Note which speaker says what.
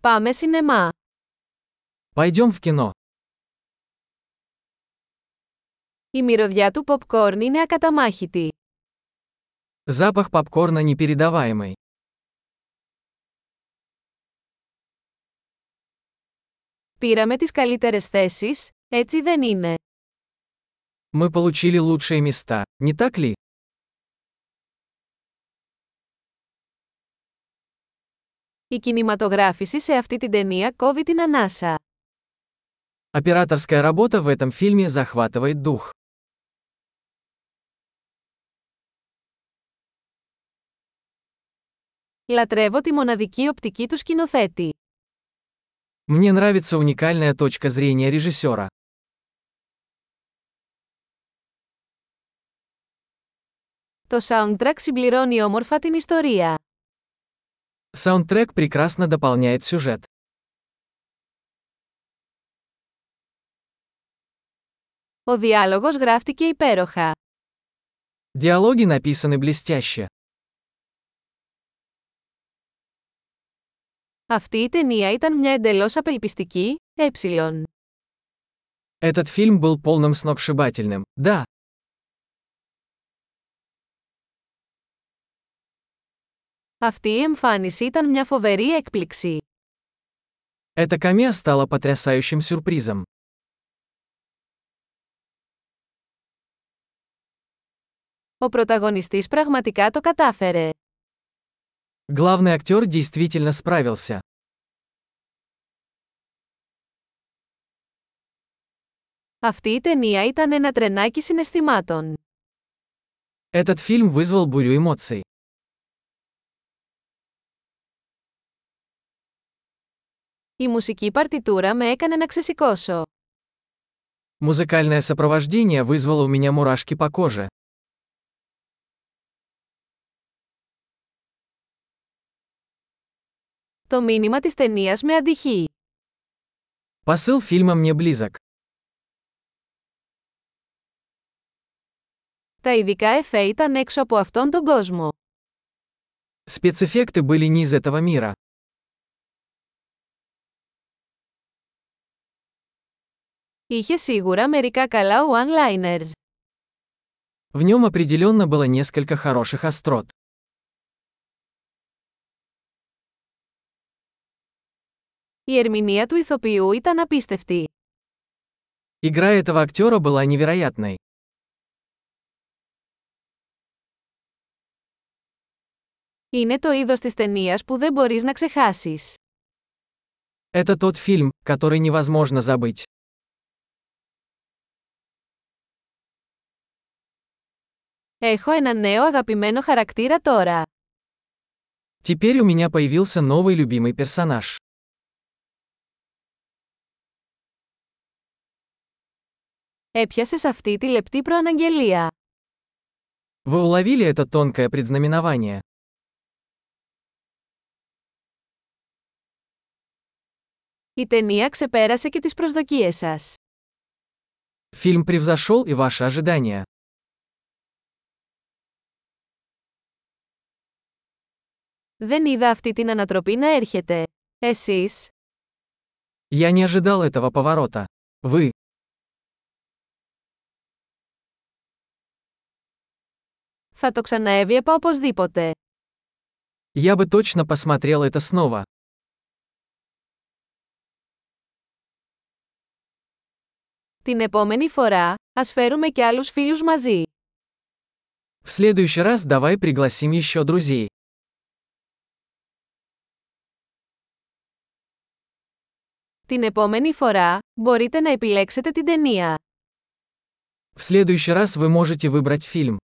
Speaker 1: Πάμε σινεμά.
Speaker 2: Пойдем в кино.
Speaker 1: Η μυρωδιά του popcorn είναι ακαταμάχητη.
Speaker 2: Запах попкорна непередаваемый.
Speaker 1: Πήραμε τις καλύτερες θέσεις, έτσι δεν είναι.
Speaker 2: Мы получили лучшие места, не так ли?
Speaker 1: Η κινηματογράφηση σε αυτή την ταινία κόβει την ανάσα.
Speaker 2: Операторская работа в этом фильме захватывает дух.
Speaker 1: Λατρεύω τη μοναδική οπτική του σκηνοθέτη.
Speaker 2: Мне нравится уникальная точка зрения режиссера.
Speaker 1: Το soundtrack συμπληρώνει όμορφα την ιστορία.
Speaker 2: Саундтрек прекрасно дополняет сюжет.
Speaker 1: Ο διάλογος γράφτηκε υπέροχα.
Speaker 2: Диалоги написаны блестяще.
Speaker 1: Αυτή η ταινία ήταν μια εντελώς απελπιστική, ε.
Speaker 2: Этот фильм был полным сногсшибательным. Да,
Speaker 1: Αυτή η εμφάνιση ήταν μια φοβερή έκπληξη.
Speaker 2: эта камея стала потрясающим сюрпризом.
Speaker 1: Ο πρωταγωνιστής πραγματικά το κατάφερε.
Speaker 2: Главный актер действительно справился.
Speaker 1: Αυτή η ταινία ήταν ένα τρενάκι συναισθημάτων.
Speaker 2: Этот фильм вызвал бурю эмоций.
Speaker 1: Η μουσική παρτιτούρα με έκανε να ξεσηκώσω.
Speaker 2: Музыкальное сопровождение вызвало у меня мурашки по коже.
Speaker 1: Το μήνυμα της ταινίας με αντυχεί.
Speaker 2: Посыл фильма мне близок.
Speaker 1: Τα ειδικά εφέ ήταν έξω από αυτόν τον κόσμο.
Speaker 2: Спецэффекты были не из этого мира.
Speaker 1: Είχε σίγουρα μερικά καλά one-liners.
Speaker 2: В нем определенно было несколько хороших острот.
Speaker 1: Η ερμηνεία του ηθοποιού ήταν απίστευτη.
Speaker 2: Игра этого актера была невероятной.
Speaker 1: Είναι το είδος της ταινίας που δεν μπορείς να ξεχάσεις.
Speaker 2: Это тот фильм, который невозможно забыть.
Speaker 1: Έχω ένα νέο αγαπημένο χαρακτήρα τώρα.
Speaker 2: Теперь у меня появился новый любимый персонаж.
Speaker 1: Έπιασες αυτή τη λεπτή προαναγγελία.
Speaker 2: Вы уловили это тонкое предзнаменование.
Speaker 1: Η ταινία ξεπέρασε και τις προσδοκίες σας.
Speaker 2: Фильм превзошел и ваши ожидания.
Speaker 1: Δεν είδα αυτή την ανατροπή να έρχεται. Εσείς,
Speaker 2: Я не ожидал этого поворота. Вы.
Speaker 1: θα το ξαναέβλεπα οπωσδήποτε.
Speaker 2: Я бы точно посмотрел это снова.
Speaker 1: Την επόμενη φορά, ας φέρουμε και άλλους φίλους μαζί.
Speaker 2: В следующий раз давай пригласим еще друзей.
Speaker 1: Την επόμενη φορά, μπορείτε να επιλέξετε την ταινία.
Speaker 2: В следующий раз вы можете выбрать фильм.